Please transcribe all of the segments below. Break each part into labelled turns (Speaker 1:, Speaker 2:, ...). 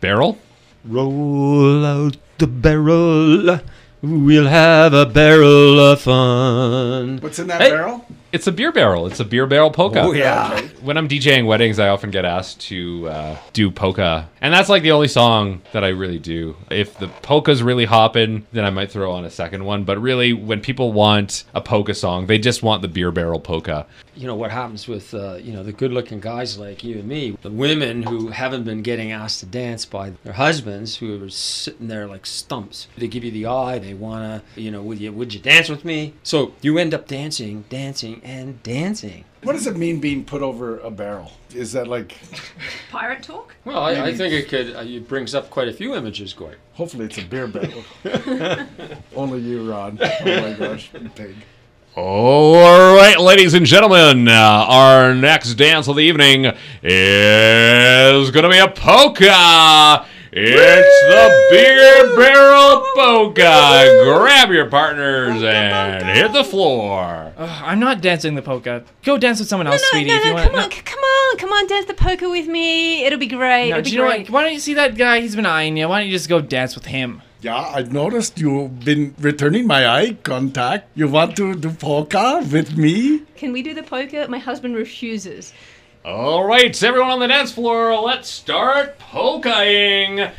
Speaker 1: barrel.
Speaker 2: Roll out the barrel. We'll have a barrel of fun.
Speaker 3: What's in that
Speaker 1: Hey.
Speaker 3: barrel?
Speaker 1: It's a beer barrel. It's a beer barrel polka.
Speaker 2: Oh, yeah.
Speaker 1: When I'm DJing weddings, I often get asked to uh, do polka, and that's like the only song that I really do. If the polka's really hopping, then I might throw on a second one. But really, when people want a polka song, they just want the beer barrel polka.
Speaker 4: you know what happens with uh, you know the good-looking guys like you and me the women who haven't been getting asked to dance by their husbands who are sitting there like stumps they give you the eye they want to you know would you would you dance with me so you end up dancing dancing and dancing
Speaker 3: What does it mean being put over a barrel? Is that like,
Speaker 5: Pirate talk?
Speaker 4: well i, I think it could uh, it brings up quite a few images Gord.
Speaker 3: hopefully it's a beer barrel. Only you, Ron. Oh my gosh, pig.
Speaker 1: All right, ladies and gentlemen, uh, our next dance of the evening is going to be a polka. It's the beer barrel polka. Grab your partners and hit the floor.
Speaker 6: Ugh, I'm not dancing the polka. Go dance with someone else,
Speaker 5: No,
Speaker 6: Oh, sweetie,
Speaker 5: no,
Speaker 6: if
Speaker 5: no,
Speaker 6: you
Speaker 5: no,
Speaker 6: want.
Speaker 5: come on, c- come on, come on, dance the poker with me. It'll be great.
Speaker 6: No,
Speaker 5: It'll
Speaker 6: do
Speaker 5: be
Speaker 6: you know
Speaker 5: great.
Speaker 6: what? Why don't you see that guy? He's been eyeing you. Why don't you just go dance with him?
Speaker 3: Yeah, I've noticed you've been returning my eye contact. You want to do polka with me?
Speaker 5: Can we do the poker? My husband refuses.
Speaker 1: All right, everyone on the dance floor, let's start polkaing.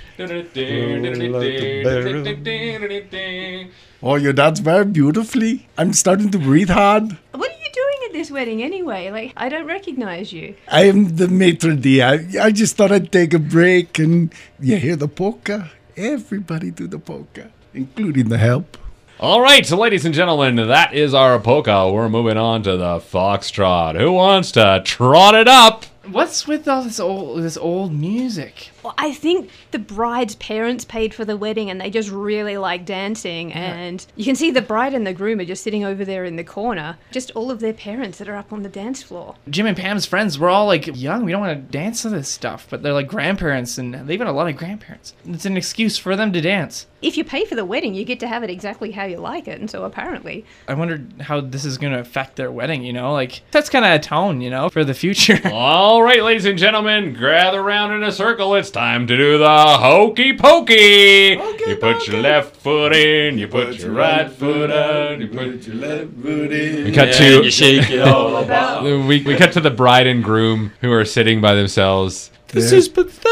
Speaker 3: Oh, you dance very beautifully. I'm starting to breathe hard.
Speaker 5: What are you doing at this wedding anyway? Like, I don't recognize you.
Speaker 3: I am the maitre d'. I, I just thought I'd take a break and you hear the polka. Everybody do the polka, including the help.
Speaker 1: All right, so ladies and gentlemen, that is our polka. We're moving on to the foxtrot. Who wants to trot it up?
Speaker 6: What's with all this old this old music?
Speaker 5: Well, I think the bride's parents paid for the wedding and they just really like dancing. And you can see the bride and the groom are just sitting over there in the corner. Just all of their parents that are up on the dance floor.
Speaker 6: Jim and Pam's friends were all like young. We don't want to dance to this stuff, but they're like grandparents, and they've got a lot of grandparents. It's an excuse for them to dance.
Speaker 5: If you pay for the wedding, you get to have it exactly how you like it. And so apparently,
Speaker 6: I wonder how this is going to affect their wedding. You know, like that's kind of a tone, you know, for the future.
Speaker 1: All right, ladies and gentlemen, gather around in a circle. It's time to do the hokey pokey. you put your left foot in, you put, your right foot out, you put your left foot in. We cut to
Speaker 4: you shake it all about
Speaker 1: we, we cut to the bride and groom who are sitting by themselves.
Speaker 3: This
Speaker 6: pathetic.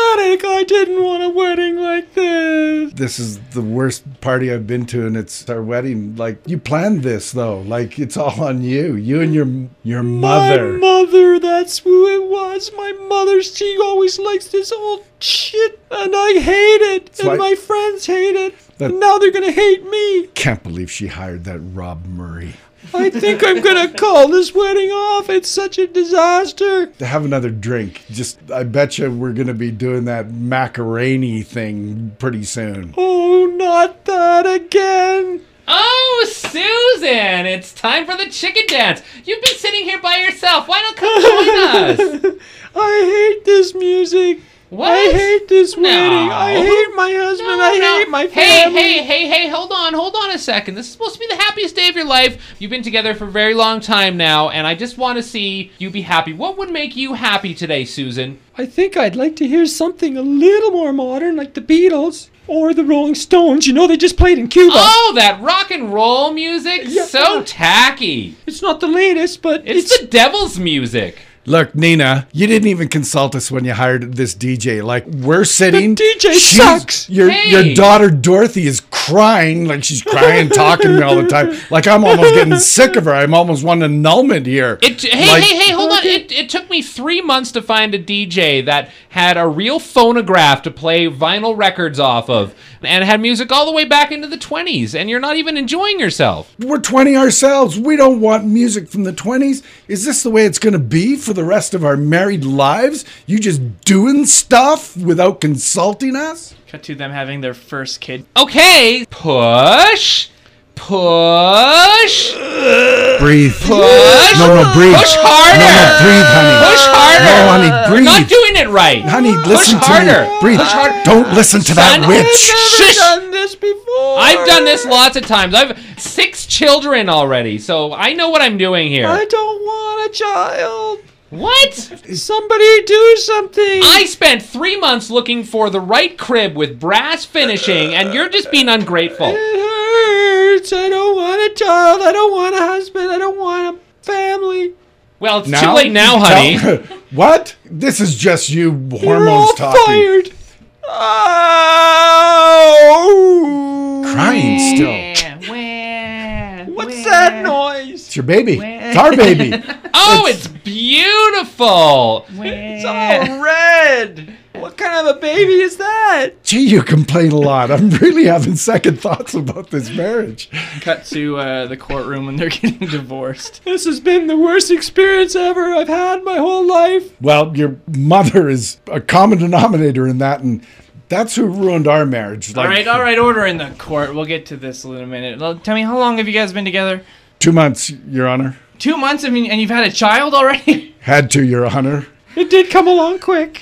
Speaker 6: I didn't want a wedding like this.
Speaker 3: this is the worst party I've been to, and it's our wedding. Like you planned this though. Like it's all on you. You and your your mother.
Speaker 6: mother, that's who it was. My mother, she always likes this old shit, and I hate it,
Speaker 3: and like- my
Speaker 6: friends hate it.
Speaker 3: That- and
Speaker 6: now they're gonna hate me.
Speaker 3: Can't believe she hired that Rob Murray.
Speaker 6: I think I'm gonna call this wedding off. It's such a disaster.
Speaker 3: To have another drink. Just I bet you we're gonna be doing that macaroni thing pretty soon.
Speaker 6: Oh, not that again.
Speaker 1: Oh, Susan, it's time for the chicken dance. You've been sitting here by yourself. Why don't come join us?
Speaker 6: I hate this music.
Speaker 1: What?
Speaker 6: I hate this
Speaker 1: No.
Speaker 6: wedding. I hate my husband. I
Speaker 1: No, no.
Speaker 6: hate my
Speaker 1: Hey,
Speaker 6: family.
Speaker 1: hey, hey, hey, hold on, hold on a second. This is supposed to be the happiest day of your life. You've been together for a very long time now, and I just want to see you be happy. What would make you happy today, Susan?
Speaker 6: I think I'd like to hear something a little more modern, like the Beatles or the Rolling Stones. You know, they just played in Cuba.
Speaker 1: Oh, that rock and roll music?
Speaker 6: Yeah.
Speaker 1: So tacky.
Speaker 6: It's not the latest, but
Speaker 1: It's,
Speaker 6: it's,
Speaker 1: the devil's music.
Speaker 3: Look, Nina, you didn't even consult us when you hired this DJ. Like we're sitting.
Speaker 6: DJ
Speaker 3: she's-
Speaker 6: sucks.
Speaker 3: Your
Speaker 1: Hey.
Speaker 3: your daughter Dorothy is crying, like she's crying, talking to me all the time. Like I'm almost getting sick of her. I'm almost wanting annulment here.
Speaker 1: It, hey,
Speaker 3: Like-
Speaker 1: hey, hey, hold on. It, it took me three months to find a DJ that had a real phonograph to play vinyl records off of and had music all the way back into the 20s, and you're not even enjoying yourself.
Speaker 3: We're 20 ourselves. We don't want music from the 20s. Is this the way it's going to be for the rest of our married lives? You just doing stuff without consulting us?
Speaker 6: cut to them having their first kid.
Speaker 1: Okay, push, push,
Speaker 3: Breathe.
Speaker 1: push,
Speaker 3: No, no, breathe.
Speaker 1: push
Speaker 3: No, no,
Speaker 1: harder,
Speaker 3: breathe, honey.
Speaker 1: push harder.
Speaker 3: No, honey,
Speaker 1: You're not
Speaker 3: breathe.
Speaker 1: doing it right.
Speaker 3: Honey, listen
Speaker 1: push
Speaker 3: to
Speaker 1: harder.
Speaker 3: me. Breathe.
Speaker 1: Push harder.
Speaker 3: Don't listen to that
Speaker 1: Son,
Speaker 3: witch.
Speaker 1: Shush.
Speaker 6: done this before.
Speaker 1: I've done this lots of times. I've six children already, so I know what I'm doing here.
Speaker 6: don't want a child.
Speaker 1: What?
Speaker 7: Somebody do something.
Speaker 1: I spent three months looking for the right crib with brass finishing, and you're just being ungrateful.
Speaker 7: It hurts. I don't want a child. I don't want a husband. I don't want a family.
Speaker 1: Well, it's too late now, honey.
Speaker 3: what? This is just you
Speaker 7: We're all
Speaker 3: hormones talking.
Speaker 7: fired. Oh.
Speaker 3: Crying still.
Speaker 6: Wah, wah,
Speaker 7: What's
Speaker 6: wah.
Speaker 7: that noise?
Speaker 3: It's your baby. It's our baby.
Speaker 1: Oh, it's beautiful.
Speaker 7: It's all red. What kind of a baby is that?
Speaker 3: Gee, you complain a lot. I'm really having second thoughts about this marriage.
Speaker 6: Cut to uh, the courtroom when they're getting divorced.
Speaker 7: This has been the worst experience ever I've had my whole life.
Speaker 3: Well, your mother is a common denominator in that, and that's who ruined our marriage. Like
Speaker 6: all right, all right, order in the court. We'll get to this in a minute. Well, Tell me, how long have you guys been together?
Speaker 3: two months, Your Honor.
Speaker 6: Two months? I mean, and you've had a child already?
Speaker 3: Had to, Your Honor.
Speaker 7: It did come along quick.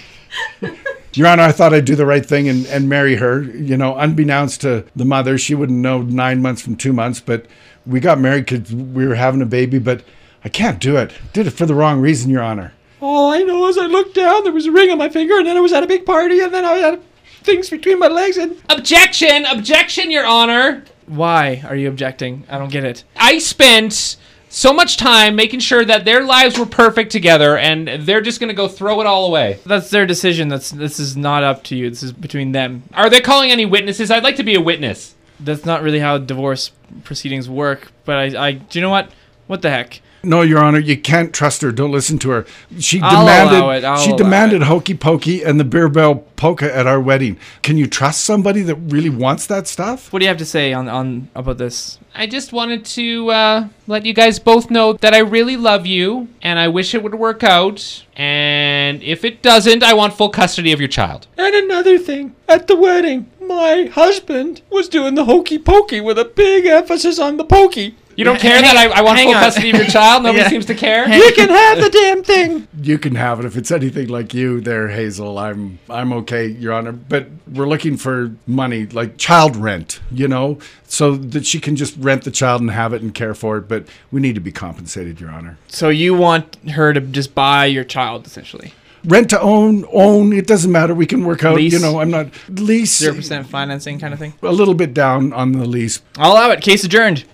Speaker 3: Your Honor, I thought I'd do the right thing and, and marry her. You know, unbeknownst to the mother, she wouldn't know nine months from two months, but we got married because we were having a baby, but I can't do it. Did it for the wrong reason, Your Honor.
Speaker 7: All I know is I looked down, there was a ring on my finger, and then I was at a big party, and then I had things between my legs, and
Speaker 1: Objection, objection, Your Honor.
Speaker 6: Why are you objecting? I don't get it.
Speaker 1: I spent so much time making sure that their lives were perfect together, and they're just going to go throw it all away.
Speaker 6: That's their decision. That's this is not up to you. This is between them.
Speaker 1: Are they calling any witnesses? I'd like to be a witness.
Speaker 6: That's not really how divorce proceedings work. But I, I do you know what? What the heck?
Speaker 3: No, Your Honor, you can't trust her. Don't listen to her. She
Speaker 6: I'll allow
Speaker 3: demanded.
Speaker 6: it, I'll
Speaker 3: she
Speaker 6: allow
Speaker 3: demanded hokey pokey and the beer bell polka at our wedding. Can you trust somebody that really wants that stuff?
Speaker 6: What do you have to say on on about this?
Speaker 1: I just wanted to uh, let you guys both know that I really love you, and I wish it would work out. And if it doesn't, I want full custody of your child.
Speaker 7: and another thing. At the wedding, my husband was doing the hokey pokey with a big emphasis on the pokey.
Speaker 1: You don't care that I, I want
Speaker 6: hang
Speaker 1: full
Speaker 6: on.
Speaker 1: custody of your child? Nobody
Speaker 6: Yeah.
Speaker 1: seems to care.
Speaker 7: You can have the damn thing.
Speaker 3: You can have it if it's anything like you, there, Hazel. I'm I'm okay, Your Honor. But we're looking for money, like child rent, you know, so that she can just rent the child and have it and care for it. But we need to be compensated, Your Honor.
Speaker 6: So you want her to just buy your child essentially?
Speaker 3: Rent to own, own. It doesn't matter. We can work out. You
Speaker 6: Lease?
Speaker 3: know, I'm not lease.
Speaker 6: Zero percent financing kind of thing.
Speaker 3: A little bit down on the lease,
Speaker 6: I'll allow it. Case adjourned.